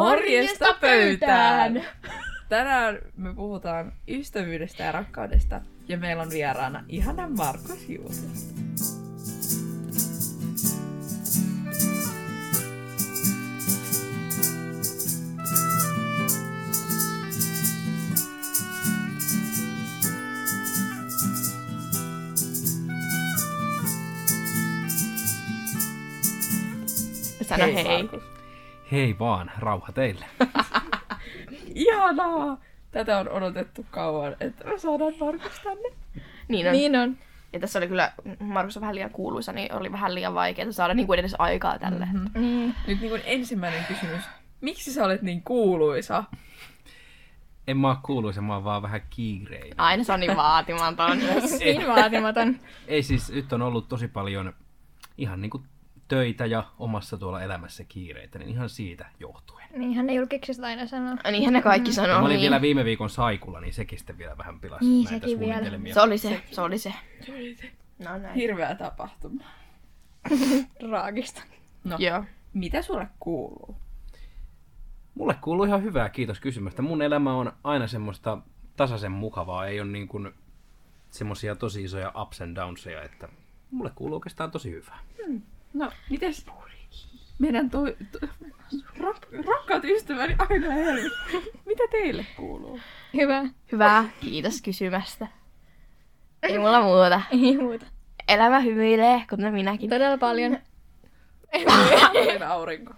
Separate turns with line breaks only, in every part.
Morjesta pöytään! Tänään me puhutaan ystävyydestä ja rakkaudesta ja meillä on vieraana ihana Markus Juuso.
Sano hei. Niin
Markus.
Hei vaan, rauha teille.
Ihanaa! Tätä on odotettu kauan, että me saadaan Markus tänne.
Niin on. Niin.
Niin on.
Ja tässä oli kyllä, Markus on vähän liian kuuluisa, niin oli vähän liian vaikeaa saada niin kuin edes aikaa tälle. Mm-hmm.
Mm.
Nyt niin kuin ensimmäinen kysymys. Miksi sä olet niin kuuluisa?
En mä oo kuuluisa, mä oon vaan vähän kiireinen.
Aina se on niin vaatimaton.
Niin vaatimaton.
Ei siis, nyt on ollut tosi paljon ihan niinku töitä ja omassa tuolla elämässä kiireitä, niin ihan siitä johtuen.
Niinhän ne julkiksista aina sanoo.
Niinhän ne kaikki sanoo.
No, mä olin
niin.
niin. vielä viime viikon saikulla, niin sekin sitten vielä vähän pilasi
Niin,
näitä
sekin vielä.
suunnitelmia.
Se oli se, se oli se. No näin.
Hirveä tapahtuma.
Raagista.
No,
Joo.
mitä sulle kuuluu?
Mulle kuuluu ihan hyvää, kiitos kysymästä. Mun elämä on aina semmoista tasaisen mukavaa, ei ole niin kuin semmoisia tosi isoja ups and downsia, että mulle kuuluu oikeastaan tosi hyvää.
No, mites meidän to, to, rak, rakkaat ystäväni aina helmi. Mitä teille kuuluu?
Hyvä.
Hyvä. Kiitos kysymästä. Ei mulla muuta.
Ei muuta.
Elämä hymyilee, kuten minäkin.
Todella paljon.
Olen aurinko.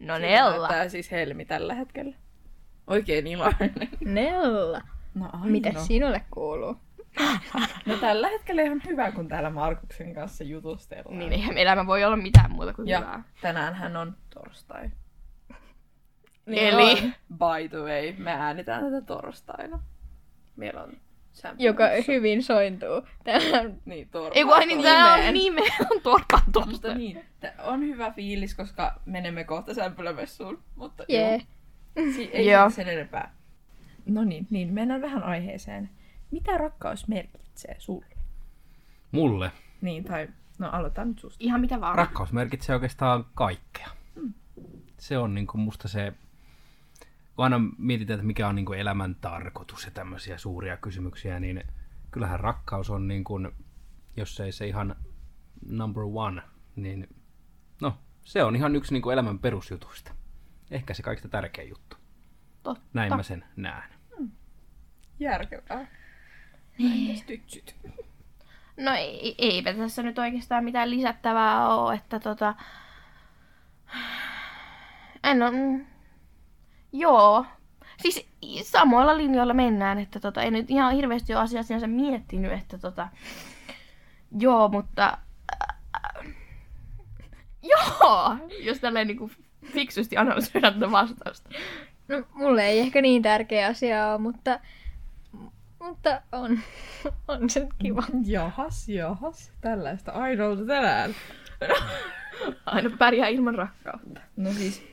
No Nella.
Näyttää siis helmi tällä hetkellä. Oikein iloinen.
Nella.
No, aina.
Mitä sinulle kuuluu?
No tällä hetkellä ihan hyvä, kun täällä Markuksen kanssa jutustellaan.
Niin eihän elämä voi olla mitään muuta kuin
ja
hyvää.
tänään hän on torstai.
Eli?
Niin on. By the way, me äänitään tätä torstaina. Meillä on Sampin
Joka
kanssa-
hyvin sointuu. Tähän
Niin, torstaina.
Ei kun ai niin tää on
Nimeen.
nimeä. On torpan
Mutta
tuosta.
niin, t- on hyvä fiilis, koska menemme kohta sämpylämessuun, mutta
jee.
joo, si- ei
Joo.
yeah. sen enempää. No niin, niin, mennään vähän aiheeseen. Mitä rakkaus merkitsee sulle?
Mulle
Niin, tai no aloitetaan nyt susta.
Ihan mitä vaan.
Rakkaus merkitsee oikeastaan kaikkea. Se on niin kuin musta se, kun aina mietitään, että mikä on niin kuin elämän tarkoitus ja tämmöisiä suuria kysymyksiä, niin kyllähän rakkaus on, niin kuin, jos ei se ihan number one, niin no, se on ihan yksi niin kuin elämän perusjutuista. Ehkä se kaikista tärkein juttu.
Totta.
Näin mä sen näen.
Järkevää. Niin. tytsyt.
No ei, eipä tässä nyt oikeastaan mitään lisättävää oo, että tota... En on... Joo. Siis i- samoilla linjoilla mennään, että tota, en nyt ihan hirveästi ole asiaa sinänsä miettinyt, että tota... Joo, mutta... äh, Joo! Jos tälleen niinku fiksusti analysoidaan tätä vastausta.
No, mulle ei ehkä niin tärkeä asia ole, mutta... Mutta on. on se kiva.
Jahas, jahas. Tällaista ainoalta tänään.
Aina pärjää ilman rakkautta.
No siis,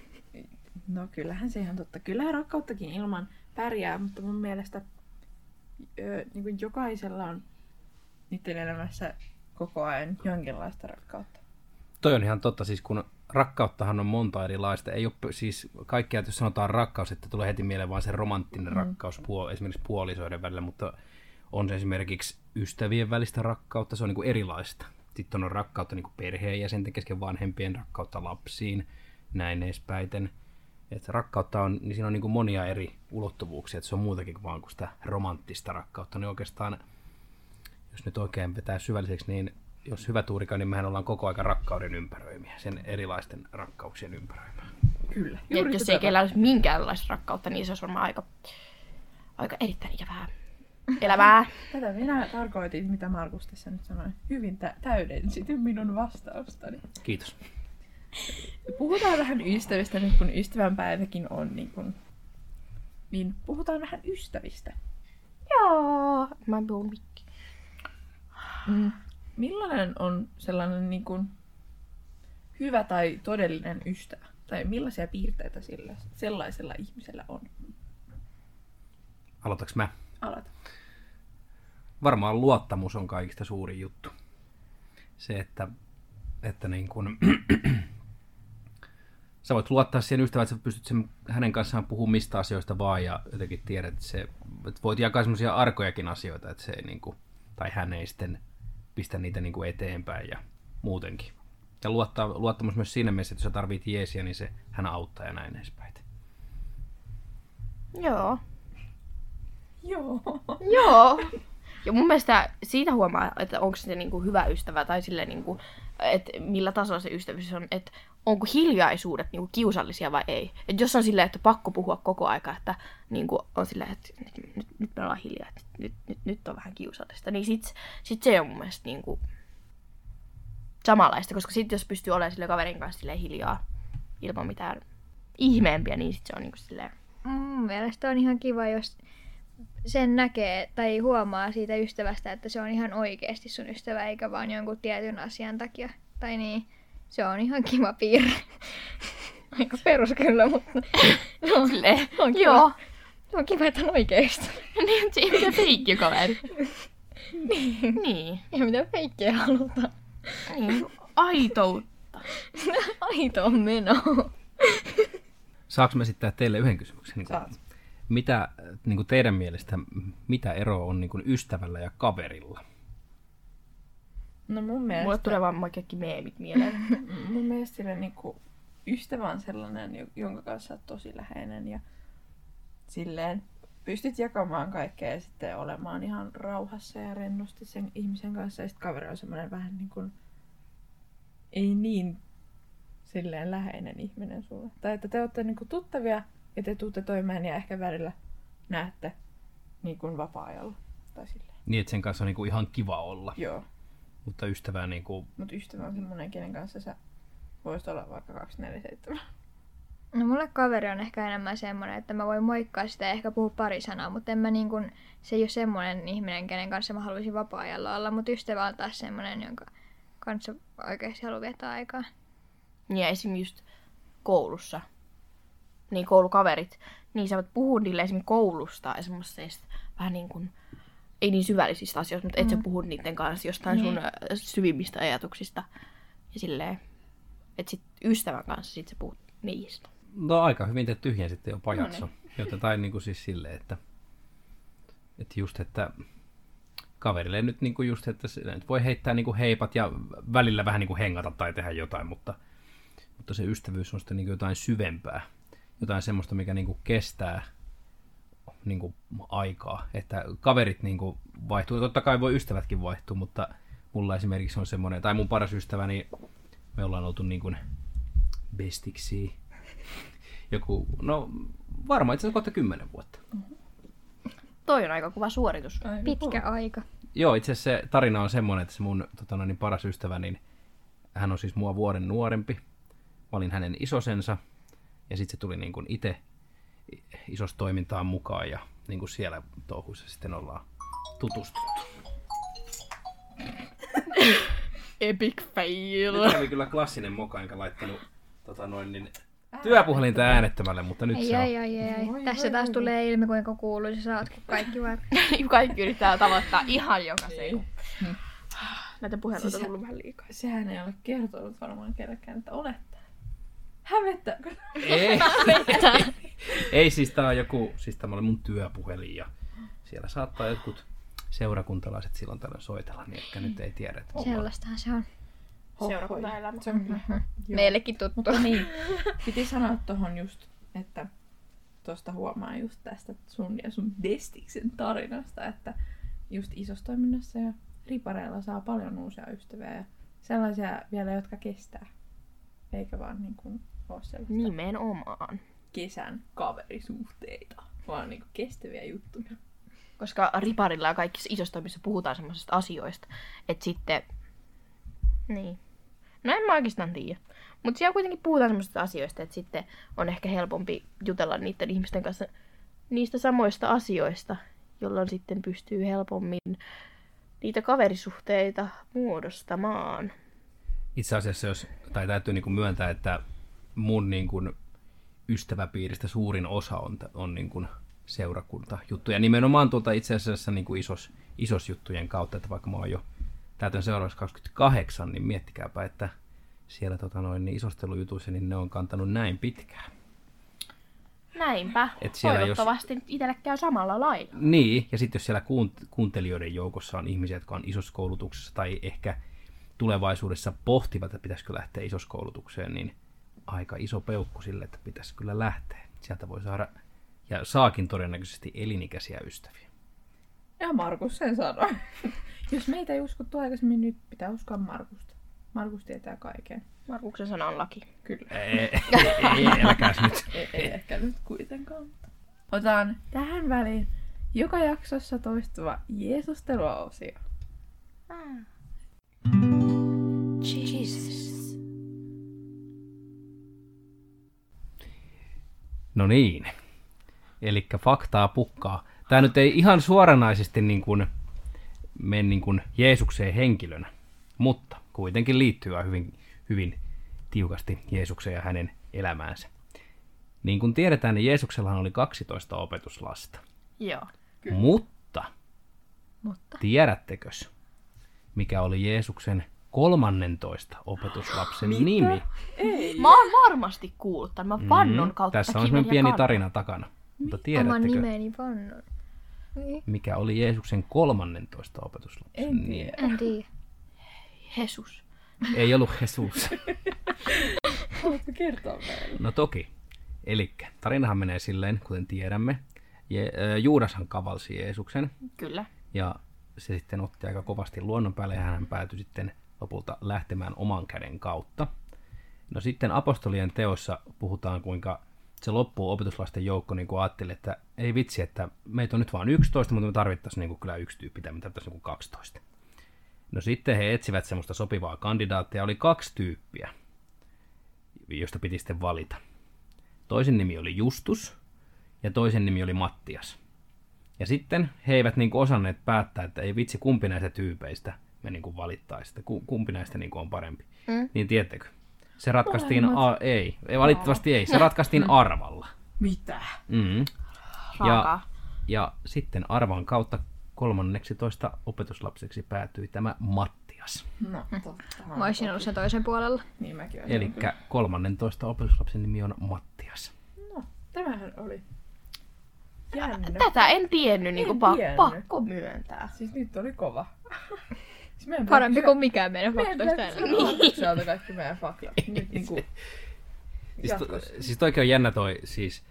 no kyllähän se ihan totta. Kyllähän rakkauttakin ilman pärjää, mutta mun mielestä ö, niin kuin jokaisella on niiden elämässä koko ajan jonkinlaista rakkautta.
Toi on ihan totta, siis kun rakkauttahan on monta erilaista. Ei ole siis kaikkea, että jos sanotaan rakkaus, että tulee heti mieleen vaan se romanttinen mm. rakkaus puol- esimerkiksi puolisoiden välillä, mutta on se esimerkiksi ystävien välistä rakkautta, se on niinku erilaista. Sitten on rakkautta niinku perheenjäsenten kesken, vanhempien rakkautta lapsiin, näin edespäiten. Et rakkautta on, niin siinä on niinku monia eri ulottuvuuksia, että se on muutakin kuin vaan kuin sitä romanttista rakkautta, niin oikeastaan jos nyt oikein vetää syvälliseksi, niin jos hyvä tuuri käy, niin mehän ollaan koko aika rakkauden ympäröimiä, sen erilaisten rakkauksien ympäröimiä.
Kyllä.
Ja jos ei kellään olisi minkäänlaista rakkautta, niin se olisi varmaan aika, aika erittäin ikävää elämää.
Tätä minä tarkoitin, mitä Markus tässä nyt sanoi. Hyvin tä- täydensit minun vastaustani.
Kiitos.
Puhutaan vähän ystävistä nyt, kun ystävänpäiväkin on. Niin, kun... niin puhutaan vähän ystävistä.
Joo, mä puhun mikki.
Mm. Millainen on sellainen niin kuin hyvä tai todellinen ystävä? Tai millaisia piirteitä sillä, sellaisella ihmisellä on?
Aloitaks mä?
Alat.
Varmaan luottamus on kaikista suurin juttu. Se, että, että niin kun, sä voit luottaa siihen ystävään, että sä pystyt sen, hänen kanssaan puhumaan mistä asioista vaan ja jotenkin tiedät, että, se, että voit jakaa semmoisia arkojakin asioita, että se ei niin kuin, tai hän ei sitten pistä niitä niin kuin eteenpäin ja muutenkin. Ja luottaa, luottamus myös siinä mielessä, että jos sä tarvit jeesiä, niin se hän auttaa ja näin edespäin.
Joo.
Joo.
Joo. Ja mun mielestä siitä huomaa, että onko se niinku hyvä ystävä tai sille niinku, että millä tasolla se ystävyys on, että onko hiljaisuudet niinku kiusallisia vai ei. Et jos on silleen, että pakko puhua koko aika, että niinku on silleen, että nyt, nyt, nyt me ollaan hiljaa, että nyt, nyt, nyt on vähän kiusallista, niin sit, sit se on mun mielestä niinku samanlaista, koska sitten jos pystyy olemaan sille kaverin kanssa silleen hiljaa ilman mitään ihmeempiä, niin sit se on niinku silleen
Mun mielestä Mm, on ihan kiva, jos sen näkee tai huomaa siitä ystävästä, että se on ihan oikeasti sun ystävä, eikä vaan jonkun tietyn asian takia. Tai niin, se on ihan kiva piirre. Aika perus kyllä, mutta se on,
silleen,
on kiva.
joo,
Se on kiva, että on oikeasti.
niin se ei ole feikki kaveri. niin. niin.
Ja mitä feikkejä halutaan.
Niin, aitoutta.
Aito on meno.
Saanko mä esittää teille yhden kysymyksen? Niin
Saat.
mitä niin kuin teidän mielestä, mitä eroa on niin kuin ystävällä ja kaverilla?
No mun
Mulle
mielestä,
tulee vaan kaikki meemit mieleen.
mun mielestä sillä niinku ystävä on sellainen, jo- jonka kanssa oot tosi läheinen ja silleen pystyt jakamaan kaikkea ja sitten olemaan ihan rauhassa ja rennosti sen ihmisen kanssa. Ja sitten kaveri on semmoinen vähän niin kuin, ei niin silleen läheinen ihminen sulle. Tai että te olette niinku tuttavia ja te tuutte toimeen ja ehkä välillä näette niin kuin vapaa-ajalla. Tai silleen.
Niin, että sen kanssa on niin kuin ihan kiva olla,
Joo.
mutta ystävää niin kuin,
Mutta ystävä on semmoinen, kenen kanssa sä voisit olla vaikka 247.
No mulle kaveri on ehkä enemmän semmoinen, että mä voin moikkaa sitä ja ehkä puhua pari sanaa, mutta en mä niin kun, se ei ole semmoinen ihminen, kenen kanssa mä haluaisin vapaa-ajalla olla, mutta ystävä on taas semmoinen, jonka kanssa oikeasti haluan viettää aikaa.
ja esim. just koulussa, niin koulukaverit, niin sä voit puhua niille esim. koulusta ja semmoisista vähän niin kuin, ei niin syvällisistä asioista, mutta et sä puhu niiden kanssa jostain sun ö, syvimmistä ajatuksista. Ja silleen, että sit ystävän kanssa sit sä puhut niistä.
no aika hyvin te tyhjän sitten jo pajakso. Joten tai niin kuin siis silleen, että, että just, että kaverille nyt niin kuin just, että se nyt voi heittää niin kuin heipat ja välillä vähän niin kuin hengata tai tehdä jotain, mutta, mutta se ystävyys on sitten niin kuin jotain syvempää. Jotain semmoista, mikä niin kuin kestää niin kuin aikaa. Että kaverit niin kuin vaihtuu. Totta kai voi ystävätkin vaihtua, mutta mulla esimerkiksi on semmoinen, tai mun paras ystäväni, me ollaan oltu niin kuin bestiksi joku, no varmaan itse asiassa kohta kymmenen vuotta.
Toi on aika kova suoritus.
Pitkä aika.
Joo, itse asiassa se tarina on semmoinen, että se mun tota, noin, niin paras ystävä, niin hän on siis mua vuoden nuorempi. Mä olin hänen isosensa ja sitten se tuli niin kuin itse isosta toimintaan mukaan ja niin kuin siellä touhuissa sitten ollaan tutustuttu.
Epic fail.
Nyt oli kyllä klassinen moka, enkä laittanut tota noin, niin, työpuhelinta äänettömälle, mutta nyt
Ei,
se on.
ei, ei, ei, ei. Tässä taas tulee ilmi, kuinka kuuluisa sä oot, kun kaikki vaan...
Niin Kaikki yrittää tavoittaa ihan Siis jokaisen. Niin. Näitä puheluita on tullut vähän liikaa.
Sehän ei ole kertonut varmaan kellekään, että olet täällä. Hävettääkö?
Ei. ei siis tää on joku, siis tämä oli mun työpuhelin ja siellä saattaa jotkut seurakuntalaiset silloin tällöin soitella, niin ehkä nyt ei tiedä, että mulla on.
Sellaistahan se on.
Seurakuntaelämä.
Se on kyllä. Joo.
Meillekin tuttu.
Mutta niin, piti sanoa tuohon just, että tuosta huomaa just tästä sun ja sun Destiksen tarinasta, että just isossa toiminnassa ja ripareilla saa paljon uusia ystäviä ja sellaisia vielä, jotka kestää. Eikä vaan niin kuin ole sellaista niin.
Nimenomaan.
kesän kaverisuhteita, vaan niin kuin kestäviä juttuja.
Koska riparilla ja kaikissa isossa toimissa puhutaan semmoisista asioista, että sitten... Niin. No en mä oikeastaan tiedä. Mutta siellä kuitenkin puhutaan semmoisista asioista, että sitten on ehkä helpompi jutella niiden ihmisten kanssa niistä samoista asioista, jolloin sitten pystyy helpommin niitä kaverisuhteita muodostamaan.
Itse asiassa, jos, tai täytyy niin kuin myöntää, että mun niin kuin ystäväpiiristä suurin osa on, on niin kuin seurakunta juttuja. Nimenomaan tuolta itse asiassa niin kuin isos, isos juttujen kautta, että vaikka mä oon jo täytän seuraavaksi 28, niin miettikääpä, että siellä tota noin, niin isostelujutuissa, niin ne on kantanut näin pitkään.
Näinpä.
Et
Et
siellä jos-
Toivottavasti jos... itselle käy samalla lailla.
Niin, ja sitten jos siellä kuunt- kuuntelijoiden joukossa on ihmisiä, jotka on isossa koulutuksessa tai ehkä tulevaisuudessa pohtivat, että pitäisikö lähteä isossa koulutukseen, niin aika iso peukku sille, että pitäisi kyllä lähteä. Sieltä voi saada, ja saakin todennäköisesti elinikäisiä ystäviä.
Ja Markus sen sanoi. Jos meitä ei uskottu aikaisemmin, nyt pitää uskoa Markusta. Markus tietää kaiken.
Markuksen sana on laki.
Kyllä.
Ei, ei, äläkäs nyt.
Ei, ei ehkä nyt kuitenkaan. mutta Otan tähän väliin joka jaksossa toistuva Jeesusteluosio.
Jesus.
No niin. Eli faktaa pukkaa. Tämä nyt ei ihan suoranaisesti niin kuin mene niin kuin Jeesukseen henkilönä, mutta kuitenkin liittyy hyvin, hyvin tiukasti Jeesukseen ja hänen elämäänsä. Niin kuin tiedetään, niin Jeesuksellahan oli 12 opetuslasta.
Joo.
Kyllä. Mutta
Mutta
tiedättekös, mikä oli Jeesuksen 13 opetuslapsen nimi?
Mä oon varmasti kuullut tämän. Mä vannon
Mm.
kautta
Tässä on
kiven
semmoinen
ja
pieni
kannon.
tarina takana. Mutta
oman
tiedättekö,
nimeni vannon.
mikä oli Jeesuksen Niin 13 opetuslapsen
En
nimi?
tiedä.
En tiedä.
Jesus.
Ei ollut Jesus.
Haluatko kertoa meille?
No toki. Eli tarinahan menee silleen, kuten tiedämme. Je- ö, Juudashan kavalsi Jeesuksen
Kyllä.
ja se sitten otti aika kovasti luonnon päälle ja hän päätyi sitten lopulta lähtemään oman käden kautta. No sitten apostolien teossa puhutaan, kuinka se loppuu opetuslasten joukko niin kuin ajatteli, että ei vitsi, että meitä on nyt vain 11, mutta me tarvittaisiin niin kuin kyllä yksi tyyppi tai me tarvittaisiin niin kuin 12. No sitten he etsivät semmoista sopivaa kandidaattia. Oli kaksi tyyppiä, josta piti sitten valita. Toisen nimi oli Justus ja toisen nimi oli Mattias. Ja sitten he eivät niin kuin osanneet päättää, että ei vitsi kumpi näistä tyypeistä me niin kuin valittaisiin, että ku- kumpi näistä niin kuin on parempi. Mm. Niin tiettekö? Se ratkaistiin, a- ei, ei, valitettavasti ei, se ratkaistiin arvalla.
Mitä?
Mm. Ja,
Raakaa.
ja sitten arvan kautta 13 opetuslapseksi päätyi tämä Mattias.
No, totta.
Mä olisin ollut sen toisen puolella.
Niin mäkin olisin.
Eli 13 opetuslapsen nimi on Mattias.
No, tämähän oli jännä.
Tätä en tiennyt, niin
En
kuin pa-
tiennyt.
pakko myöntää.
Siis nyt oli kova. Siis meidän
Parempi
pitää-
kuin mikään meidän
meidän
faktoista
pitää
ainakaan.
kysyä
Niin.
Markukselta kaikki meidän faktat. Nyt niinku
Siis, to,
jatkossa.
siis toikin on jännä toi, siis,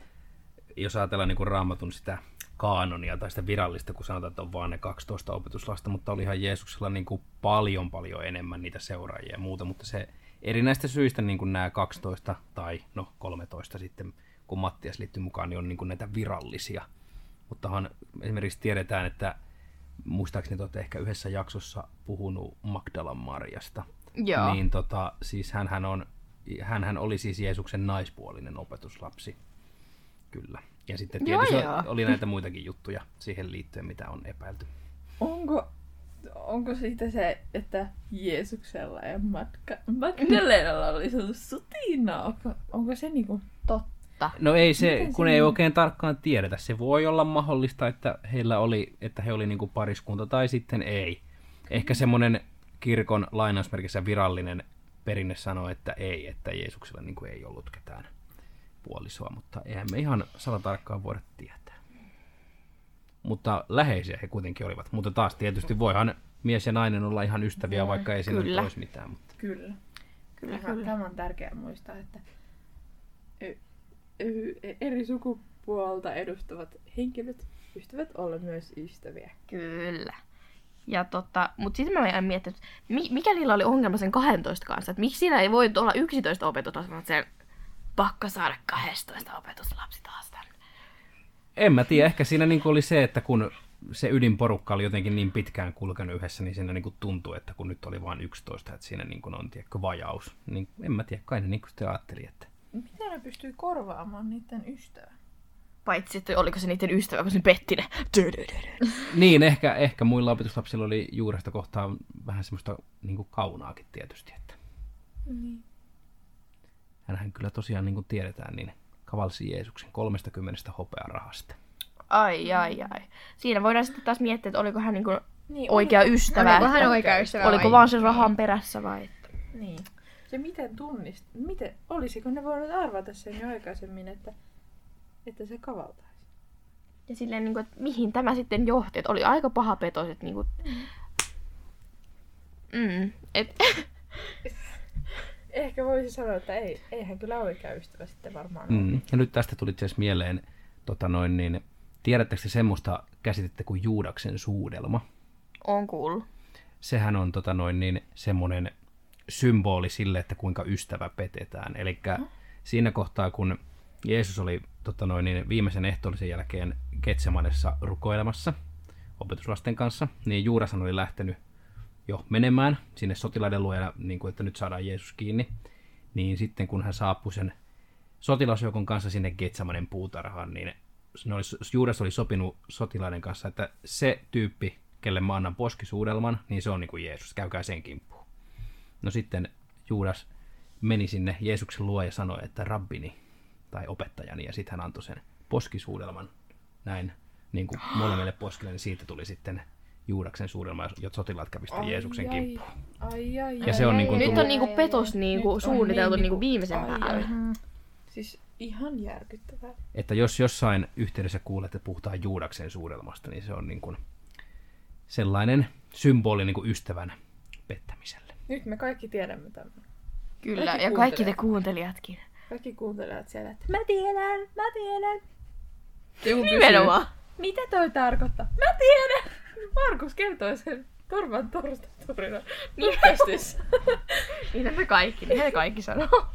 jos ajatellaan niin raamatun sitä kaanonia tai sitä virallista, kun sanotaan, että on vaan ne 12 opetuslasta, mutta olihan Jeesuksella niin kuin paljon paljon enemmän niitä seuraajia ja muuta, mutta se erinäistä syistä niin kuin nämä 12 tai no 13 sitten, kun Mattias liittyy mukaan, niin on niin kuin näitä virallisia. Muttahan esimerkiksi tiedetään, että muistaakseni te olette ehkä yhdessä jaksossa puhunut Magdalan Marjasta.
Joo.
Niin tota, siis hänhän, on, hänhän oli siis Jeesuksen naispuolinen opetuslapsi. Kyllä. Ja sitten
Joo,
tietysti
joo.
oli näitä muitakin juttuja siihen liittyen, mitä on epäilty.
Onko, onko siitä se, että Jeesuksella ja Matka, Magdalenalla oli se sutina? Onko se niinku...
Totta.
No ei se,
Miten se
kun ei oikein tarkkaan tiedetä. Se voi olla mahdollista, että heillä oli, että he oli niinku pariskunta tai sitten ei.
Mm.
Ehkä semmoinen kirkon lainausmerkissä virallinen perinne sanoo, että ei, että Jeesuksella niinku ei ollut ketään puolisoa, mutta eihän me ihan sata tarkkaan voida tietää. Mutta läheisiä he kuitenkin olivat. Mutta taas tietysti voihan mies ja nainen olla ihan ystäviä, vaikka ei siinä nyt
kyllä.
olisi mitään. Mutta
Kyllä.
Kyllä,
Tämä,
kyllä.
tämä on tärkeää muistaa, että ö, ö, eri sukupuolta edustavat henkilöt pystyvät olla myös ystäviä.
Kyllä. Ja tota, mutta sitten mä en miettinyt, mi- mikä niillä oli ongelma sen 12 kanssa, että miksi siinä ei voi olla 11 opetuslasta, mutta sen pakko saada 12 opetuslapsi taas tänne.
En mä tiedä, ehkä siinä niin oli se, että kun se ydinporukka oli jotenkin niin pitkään kulkenut yhdessä, niin siinä niin tuntui, että kun nyt oli vain 11, että siinä niin on tiedätkö, vajaus. Niin en mä tiedä, kai ne niin sitten ajatteli, että
Miten ne pystyy korvaamaan niiden ystävän?
Paitsi, että oliko se niiden ystävä, kun se petti ne. Dö-dö-dö-dö.
niin, ehkä, ehkä muilla opetuslapsilla oli juuresta kohtaan vähän semmoista niin kaunaakin tietysti, että
Niin.
hänhän kyllä tosiaan niin kuin tiedetään, niin kavalsi Jeesuksen 30 hopearahasta.
Ai, ai, ai. Siinä voidaan sitten taas miettiä, että oliko hän niinku
Niin,
oikea ystävä. Niin.
Oliko hän
että-
oikea ystävä
Oliko
vai-
vaan sen rahan perässä vai?
Niin. Ja miten tunnist... Miten... Olisiko ne voinut arvata sen jo aikaisemmin, että, että se kavaltaisi?
Ja silleen, niin kuin, että mihin tämä sitten johti. Että oli aika paha petos, että niin kuin... Mm, et,
Ehkä voisi sanoa, että ei, eihän kyllä oikea ystävä sitten varmaan mm.
Mm. Ja nyt tästä tuli itse asiassa mieleen, tota noin, niin, tiedättekö te semmoista käsitettä kuin Juudaksen suudelma?
on kuullut.
Sehän on tota noin, niin, semmoinen symboli sille, että kuinka ystävä petetään. Eli siinä kohtaa, kun Jeesus oli tota noin, niin, viimeisen ehtoollisen jälkeen Getsemanessa rukoilemassa opetuslasten kanssa, niin Juudashan oli lähtenyt jo menemään sinne sotilaiden luo, ja niin kuin, että nyt saadaan Jeesus kiinni. Niin sitten kun hän saapui sen sotilasjoukon kanssa sinne Getsamanen puutarhaan, niin ne oli, Juudas oli sopinut sotilaiden kanssa, että se tyyppi, kelle mä annan poskisuudelman, niin se on niin kuin Jeesus, käykää sen kimppuun. No sitten Juudas meni sinne Jeesuksen luo ja sanoi, että rabbini tai opettajani, ja sitten hän antoi sen poskisuudelman näin niin kuin molemmille poskille, niin siitä tuli sitten Juudaksen suudelma, jot sotilaat kävi sitten Jeesuksen kimppuun.
Ai, ai, ai,
Ja se on
ai,
niin kuin
Nyt
tullut-
on niinku petos
Nyt on
niinku suunniteltu
niin
niinku
niinku-
viimeisen
ai,
päälle.
ai.
Mm.
Siis ihan järkyttävää.
että jos jossain yhteydessä kuulet, että puhutaan Juudaksen suurelmasta, niin se on niin kuin sellainen symboli niin kuin ystävän pettämiselle.
Nyt me kaikki tiedämme tämän.
Kyllä,
Kaikki
ja kaikki te
kuuntelijat.
kuuntelijatkin.
Kaikki kuuntelijat siellä, että mä tiedän, mä tiedän. Joku kysyy,
Nimenomaan.
Mitä toi tarkoittaa? Mä tiedän! Markus kertoi sen turvan torstai-turina podcastissa.
Niitä me kaikki, niitä me kaikki sanoo.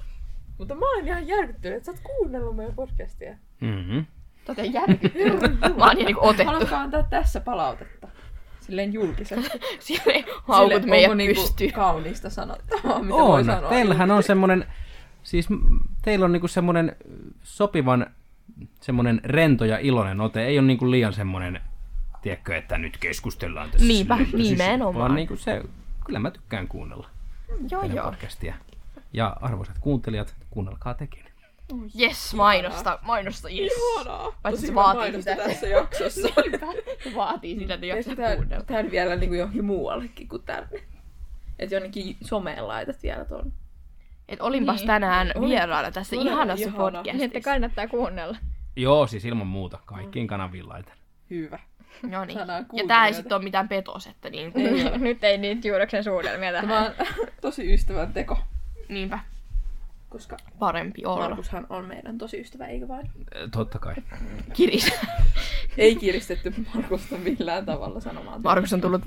Mutta mä olen ihan järkyttynyt, että sä oot kuunnellut meidän podcastia.
Mm-hmm.
Tote järkyttynyt. Mä oon niinku otettu.
Haluatko antaa tässä palautetta? Silleen julkisesti.
Silleen haukut
Silleen,
meidän
onko niinku
pystyyn.
kaunista sanottavaa, mitä voi
On.
sanoa.
Teillähän on semmoinen, siis mm, teillä on niin kuin semmoinen sopivan semmoinen rento ja iloinen ote. Ei ole niin kuin liian semmoinen, tiedätkö, että nyt keskustellaan tässä.
Niinpä,
silleen, että siis-
nimenomaan.
Vaan niin kuin se, kyllä mä tykkään kuunnella
Joo
teidän
joo.
podcastia. Ja arvoisat kuuntelijat, kuunnelkaa tekin.
Yes, mainosta, mainosta, yes.
Ihanaa.
Paitsi
Tosi
se
hyvä
vaatii
mainosta
sitä.
tässä jaksossa.
Se vaatii sitä, että jaksaa
Pistetään
kuunnella.
tämän vielä niin kuin johonkin muuallekin kuin tänne. Että jonnekin someen laitat vielä tuon.
Et olinpas
Niin.
tänään
Oli-
vieraana tässä
todella
ihanassa
ihana.
Niin, että
podcastissa.
kannattaa kuunnella.
Joo, siis ilman muuta. Kaikkiin kanaviin laitan.
Hyvä.
No niin.
Saadaan
Ja tää ei
kuuntelijoita.
sit oo mitään petos, että niin
Ei ole.
Nyt ei niitä juureksen suudelmia
Tämä
tähän.
on tosi ystävän teko,
niinpä
koska
parempi olla.
Markushan on meidän tosi ystävä, eikö vain?
Eh, Totta kai.
Kiris.
Ei kiristetty Markusta millään tavalla sanomaan.
Markus on tullut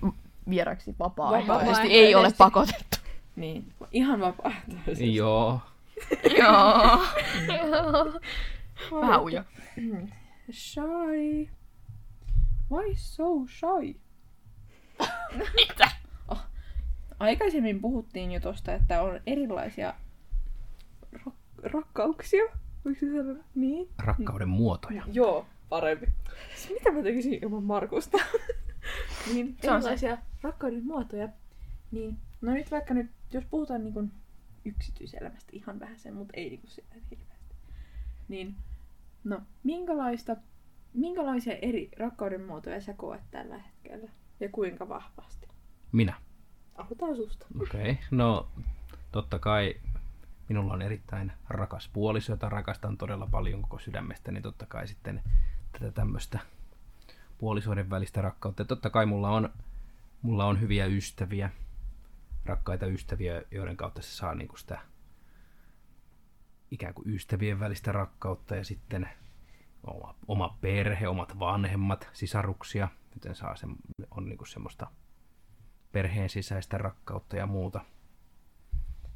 vieraksi vapaaehtoisesti.
Vapaaehtoisesti.
Ei ole pakotettu.
Niin, ihan vapaaehtoisesti.
Joo.
Joo. Vähän ujo.
Shy. Why so shy? Ah,
Mitä?
Aikaisemmin puhuttiin jo tosta, että on erilaisia rak- rakkauksia. Voiko se sanoa niin?
Rakkauden muotoja.
Joo, parempi. Siis mitä mä tekisin ilman Markusta? niin,
Se on se.
erilaisia rakkauden muotoja. Niin, no nyt vaikka nyt, jos puhutaan niin kuin yksityiselämästä ihan vähän sen, mutta ei niin kuin sitä hirveästi. Niin, no, minkälaista, minkälaisia eri rakkauden muotoja sä koet tällä hetkellä? Ja kuinka vahvasti?
Minä.
Aloitetaan susta.
Okei. Okay. No, totta kai minulla on erittäin rakas puoliso, jota rakastan todella paljon koko sydämestä, niin totta kai sitten tätä tämmöistä puolisoiden välistä rakkautta. Ja totta kai mulla on, mulla on hyviä ystäviä, rakkaita ystäviä, joiden kautta se saa niinku sitä ikään kuin ystävien välistä rakkautta ja sitten oma, oma perhe, omat vanhemmat, sisaruksia, joten saa sen, on niinku semmoista perheen sisäistä rakkautta ja muuta.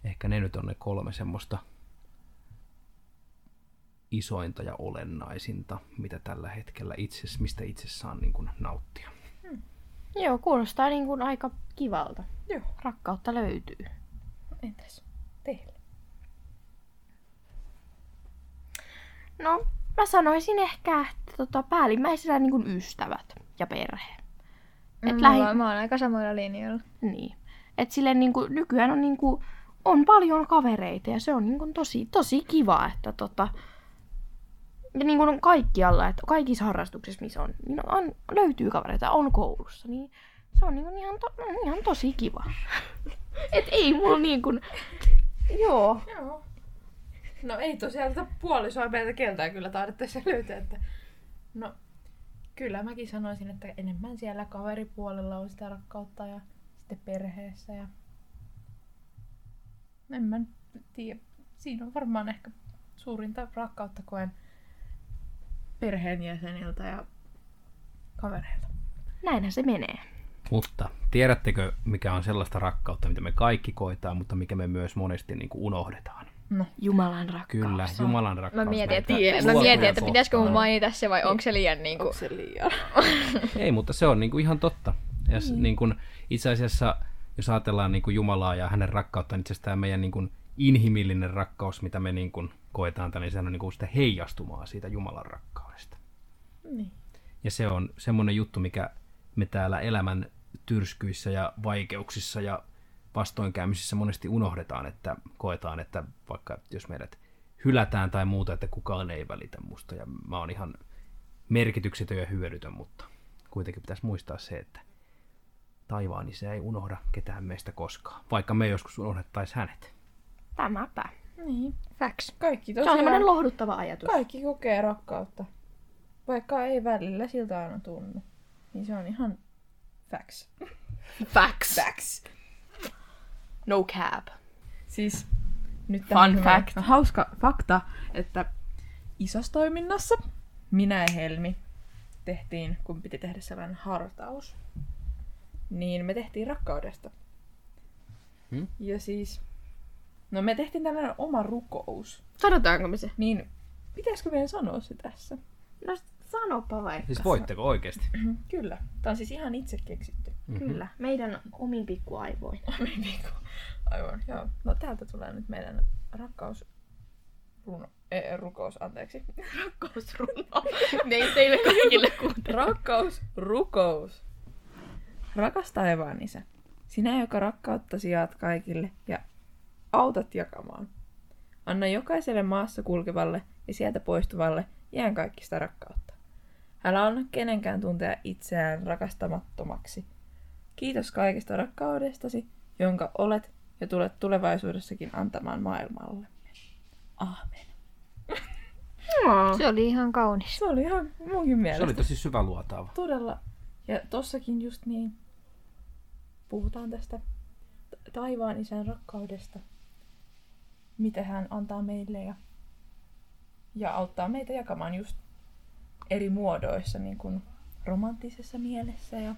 Ehkä ne nyt on ne kolme semmoista isointa ja olennaisinta, mitä tällä hetkellä itse, mistä itse saan niin kuin nauttia.
Joo, kuulostaa niin kuin aika kivalta.
Joo.
Rakkautta löytyy.
Entäs teille?
No, mä sanoisin ehkä, että tota, päällimmäisenä niin kuin ystävät ja perhe. Et
Mulla-
lähi-
Mm, Mä oon aika samoilla linjoilla.
Niin. Et silleen niin kuin, nykyään on, niin kuin, on paljon kavereita ja se on niin kuin, tosi, tosi kiva, että tota, ja niin kuin on kaikkialla, että kaikissa harrastuksissa, missä on, niin on, löytyy kavereita, on koulussa, niin se on niin kuin ihan, to, ihan tosi kiva. Et ei mulla niin kuin, Joo.
Joo. No ei tosiaan tätä puolisoa meiltä keltään kyllä taidettaisiin löytää, että... No, kyllä mäkin sanoisin, että enemmän siellä kaveripuolella on sitä rakkautta ja sitten perheessä ja... En mä nyt tiedä. Siinä on varmaan ehkä suurinta rakkautta koen perheenjäseniltä ja kavereilta.
Näinhän se menee.
Mutta tiedättekö, mikä on sellaista rakkautta, mitä me kaikki koetaan, mutta mikä me myös monesti niin kuin unohdetaan?
No,
Jumalan rakkaus.
Kyllä, Jumalan rakkaus.
Mä mietin, että,
näitä
Tiedän.
mä mietin,
luotuja
että pitäisikö mun
kohtaan.
mainita se
Niin.
vai onko se liian niinku...
onko se liian?
Ei, mutta se on niin kuin ihan totta. Ja mm. niin kuin, itse asiassa, jos ajatellaan niin kuin Jumalaa ja hänen rakkautta, niin itse asiassa tämä meidän niin kuin inhimillinen rakkaus, mitä me niin kuin koetaan, tänne, niin sehän on niin kuin sitä heijastumaa siitä Jumalan rakkaudesta.
Niin.
Ja se on semmoinen juttu, mikä me täällä elämän tyrskyissä ja vaikeuksissa ja vastoinkäymisissä monesti unohdetaan, että koetaan, että vaikka jos meidät hylätään tai muuta, että kukaan ei välitä musta ja mä oon ihan merkityksetön ja hyödytön, mutta kuitenkin pitäisi muistaa se, että taivaan isä ei unohda ketään meistä koskaan, vaikka me joskus unohdettaisiin hänet.
Tämäpä.
niin.
Facts.
Kaikki
Se on
tosiaan.
semmoinen lohduttava ajatus.
Kaikki kokee rakkautta. Vaikka ei välillä siltä aina tunnu. Niin se on ihan facts.
Facts.
Facts.
No cap.
Siis nyt
Fun
on
fact.
hauska fakta, että isostoiminnassa minä ja Helmi tehtiin, kun piti tehdä sellainen hartaus, niin me tehtiin rakkaudesta.
Hmm?
Ja siis, no me tehtiin tällainen oma rukous,
Sanotaanko me se?
niin pitäisikö meidän sanoa se tässä?
No sanopa vaikka.
Siis voitteko oikeasti?
Kyllä. Tämä on siis ihan itse keksitty.
Kyllä, Mm. meidän omin pikkuaivoin.
Omin viikko. Aivan, joo. No täältä tulee nyt meidän rakkaus... Runo. Ei, rukous, anteeksi.
Kousruno. Ei teille kaikille kuuntele.
Rakkaus, rukous. Rakas taivaan isä, sinä joka rakkauttasi jaat kaikille ja autat jakamaan. Anna jokaiselle maassa kulkevalle ja sieltä poistuvalle jään kaikista rakkautta. Älä anna kenenkään tuntea itseään rakastamattomaksi. Kiitos kaikesta rakkaudestasi, jonka olet ja tulet tulevaisuudessakin antamaan maailmalle. Aamen.
Se oli ihan kaunis.
Se oli ihan munkin
Se
mielestä.
oli tosi syvä luotaava.
Todella. Ja tossakin just niin puhutaan tästä ta- taivaan isän rakkaudesta, mitä hän antaa meille ja, ja auttaa meitä jakamaan just eri muodoissa, niin kuin romanttisessa mielessä ja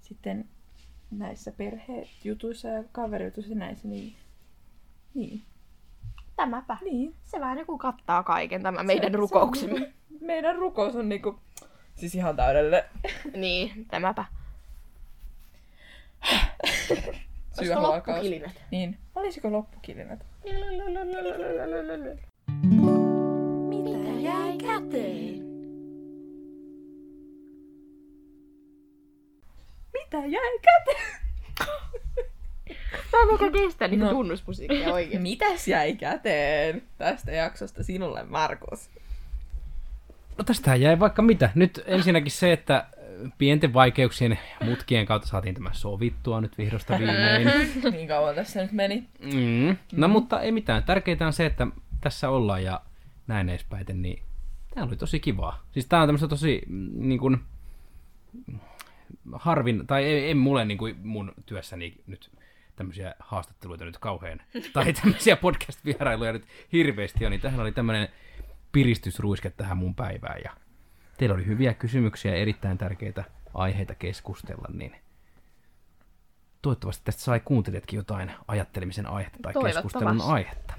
sitten näissä perhejutuissa ja kaverijutuissa ja näissä, niin, niin,
Tämäpä.
niin.
Se vähän niin kattaa kaiken tämä meidän
Se-
rukouksemme.
Se, on niinku- meidän rukous on niinku, siis ihan täydellinen.
niin, tämäpä. Olisiko
Syöhuokaus.
loppukilimet?
Niin, olisiko loppukilinät?
Mitä jäi käteen?
Mitä jäi käteen?
Tämä on aika kestää niin
No.
no. tunnusmusiikkia oikein.
Mitäs jäi käteen tästä jaksosta sinulle, Markus?
No tästähän jäi vaikka mitä. Nyt ensinnäkin se, että pienten vaikeuksien mutkien kautta saatiin tämä sovittua nyt vihdosta viimein.
niin kauan tässä nyt meni.
Mm. No mutta ei mitään. Tärkeintä on se, että tässä ollaan ja näin edespäin, joten niin tämä oli tosi kivaa. Siis tämä on tämmöistä tosi mm, niin kuin, harvin, tai ei, ei mulle niin kuin mun työssäni nyt tämmöisiä haastatteluita nyt kauhean, tai tämmöisiä podcast-vierailuja nyt hirveästi on, niin tähän oli tämmöinen piristysruiske tähän mun päivään. Ja teillä oli hyviä kysymyksiä ja erittäin tärkeitä aiheita keskustella, niin toivottavasti tästä sai kuuntelijatkin jotain ajattelemisen aihetta tai keskustelun
Toivottavasti.
aihetta.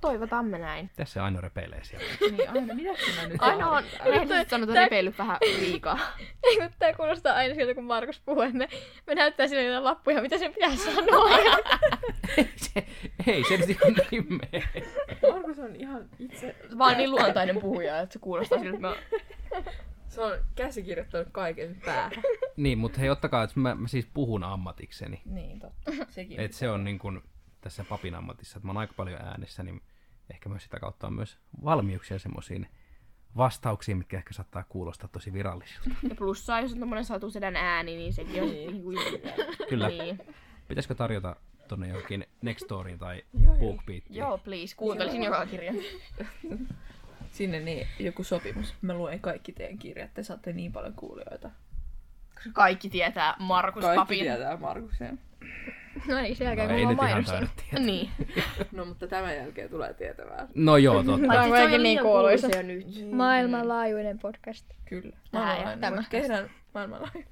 Toivotaan me näin.
Tässä Aino repeilee siellä.
Niin, aina, mitä sinä nyt
Aina on
vaadit?
rehellisesti sanottu
Tää-
repeillyt vähän liikaa.
Ei, kun tää kuulostaa aina siltä, kun Markus puhuu, että me, me näyttää sille jotain lappuja, mitä sen pitää sanoa.
se, ei se nyt ihan niin mene.
Markus on ihan itse...
Vaan niin luontainen puhuja, että se kuulostaa siltä, että me...
Se on käsikirjoittanut kaiken päähän.
Niin, mutta hei, ottakaa, että mä, mä siis puhun ammatikseni.
niin, totta. Sekin.
Et se on niin kuin tässä papin ammatissa, että mä oon aika paljon äänessä, niin ehkä myös sitä kautta on myös valmiuksia semmoisiin vastauksiin, mitkä ehkä saattaa kuulostaa tosi virallisilta.
Ja plussaa, jos on tommonen satusedän ääni, niin sekin on
Niin.
niin kuin...
Kyllä.
Niin.
Pitäisikö tarjota tonne johonkin Nextoriin tai No,
Joo, joo.
BookBeatiin.
Joo, please, kuuntelisin joka kirjan.
Sinne niin joku sopimus. Mä luen kaikki teidän kirjat, te saatte niin paljon kuulijoita.
Koska Kaikki tietää Markus
Kaikki
Papin.
tietää Markuksen.
No niin, sen
No
jälkeen
ei
kun
nyt
mä
ihan
mainostin.
taida tietää.
Niin.
No mutta tämän jälkeen tulee tietämään.
No joo, totta.
Mä
Ai,
oon
siis se on
jotenkin
jo
niin
liian
kuuluisa.
kuuluisa jo nyt.
Maailmanlaajuinen podcast.
Kyllä.
Tää
Maailmanlainen.
ja tämä.
Mut Tehdään maailmanlainen.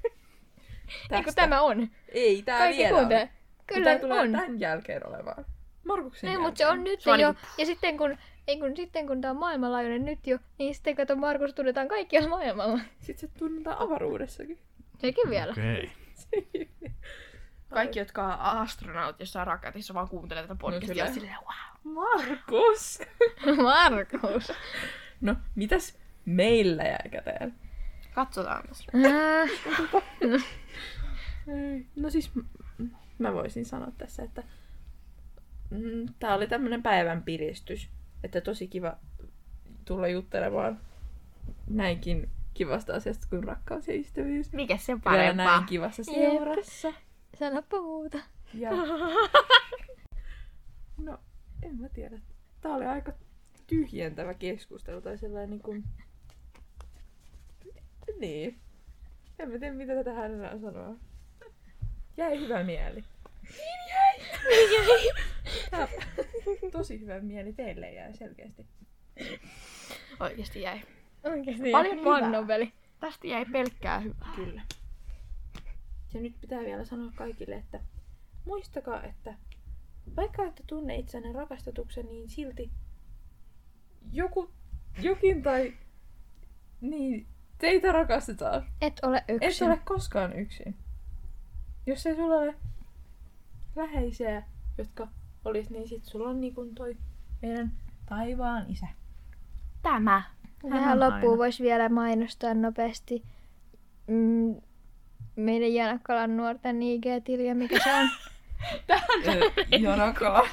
Eikö tämä on?
Ei, tää
Kaikki
vielä
kuuntelee.
on.
Kyllä
Tää tulee
on.
tämän jälkeen olevaan. Markuksen
Niin,
jälkeen.
mutta se on nyt
Se on
jo.
niinku-
Ja sitten kun, ei kun, sitten kun tämä on maailmanlaajuinen nyt jo, niin sitten kato Markus tunnetaan kaikkialla maailmalla.
Sitten se tunnetaan avaruudessakin.
Sekin vielä.
Okei.
Kaikki, jotka on astronaut jossain rakatissa, vaan kuuntelee tätä podcastia.
kyllä.
No, silleen, wow.
Markus!
Markus.
No, mitäs meillä jäi käteen?
Katsotaan tässä.
Ää,
No siis m- mä voisin sanoa tässä, että mm, tää oli tämmönen päivän piristys. Että tosi kiva tulla juttelemaan näinkin kivasta asiasta kuin rakkaus ja ystävyys.
Mikä se
Vielä
parempaa?
näin kivassa
Jep.
seurassa.
sanoppa muuta.
Ja... No, en mä tiedä. Tää oli aika tyhjentävä keskustelu tai sellainen niin kuin... Niin. En mä tiedä, mitä tähän enää sanoa. Jäi hyvä mieli. Tää- Tosi hyvä mieli teille jäi selkeästi.
Oikeesti jäi.
Oikeesti.
Paljon
Paljon
hyvää.
vannonveli.
Tästä jäi pelkkää hyvää.
Kyllä. Ja nyt pitää vielä sanoa kaikille, että muistakaa, että vaikka ette tunne itsenne rakastetuksi, niin silti joku, jokin tai niin teitä rakastetaan.
Et ole
Et
yksin.
ole koskaan yksin. Jos ei sulla ole läheisiä, jotka olis, niin sit sulla on niinku toi meidän taivaan isä.
Tämä.
Tähän loppuun voisi vielä mainostaa nopeasti mm, meidän Janakkalan nuorten IG-tiliä, mikä se on?
Janakola.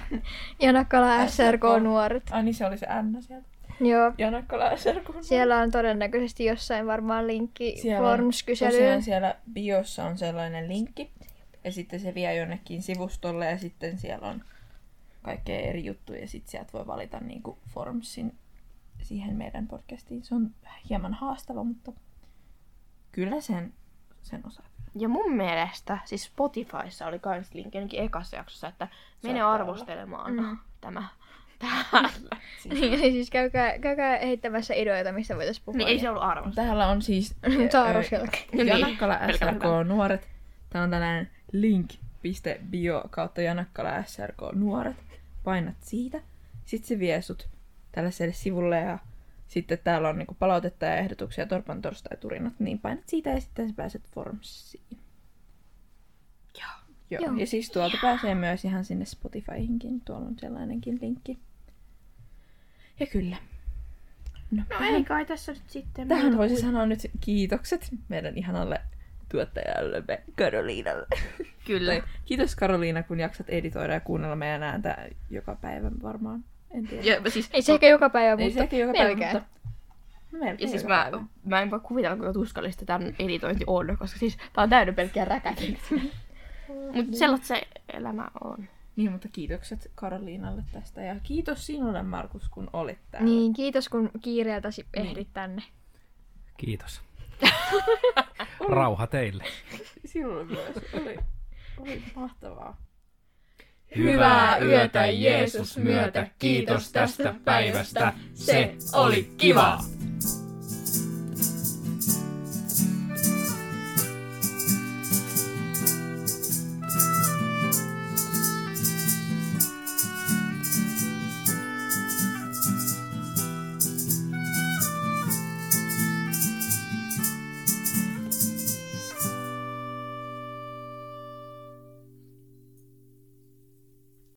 Janakkala SRK Nuoret.
Ai niin, se oli se Anna sieltä.
Joo.
Janakola SRK.
Siellä on todennäköisesti jossain varmaan linkki
Siellä on
Forms-kyselyyn.
Tosiaan siellä biossa on sellainen linkki. Ja sitten se vie jonnekin sivustolle ja sitten siellä on kaikkea eri juttuja. Ja sitten sieltä voi valita niin kuin Formsin siihen meidän podcastiin. Se on hieman haastava, mutta kyllä sen, sen osaa.
Ja mun mielestä, siis Spotifyssa oli kans linkki ainakin ekassa jaksossa, että mene
Saattaa olla.
arvostelemaan
Mm.
tämä täällä.
Niin, siis käykää, käykää heittämässä ideoita, mistä voitaisiin puhua.
niin ei se ollut arvostelua.
Täällä on siis
Saaruskelkä.
Niin,
Janakkala
pelkkä
SRK Nuoret. Tämä on tällainen link.bio kautta Janakkala SRK Nuoret. Painat siitä. Sitten se vie sut tällaiselle sivulle ja sitten täällä on niinku palautetta ja ehdotuksia torpan torstai turinat, niin painat siitä ja sitten sä pääset Formsiin.
Joo.
Joo.
Joo.
Ja siis tuolta pääsee myös ihan sinne Spotifyhinkin, tuolla on sellainenkin linkki. Ja kyllä. No,
No
tähän-
ei kai tässä nyt sitten.
Tähän
muuta
voisi
kuin-
sanoa nyt kiitokset meidän ihanalle tuottajalle Karoliinalle.
Kyllä.
Kiitos Karoliina, kun jaksat editoida ja kuunnella meidän ääntä joka päivä varmaan. En tiedä.
Ja, siis,
Ei se ehkä joka päivä,
Ei
mutta
se ehkä joka päivä,
melkään.
mutta... No, Melkein
ja siis
joka
mä,
päivä.
mä en voi kuvitella, kuinka tuskallista tämän editointi on, koska siis tää on täynnä pelkkiä räkäkin. Mutta sellaista se elämä on.
Niin, mutta kiitokset Karoliinalle tästä ja kiitos sinulle Markus, kun olit täällä.
Niin, kiitos kun kiireeltäsi ehdit tänne.
Kiitos. Rauha teille.
Sinulle myös. Oli, oli mahtavaa.
Hyvää yötä Jeesus myötä. Kiitos tästä päivästä. Se oli kivaa.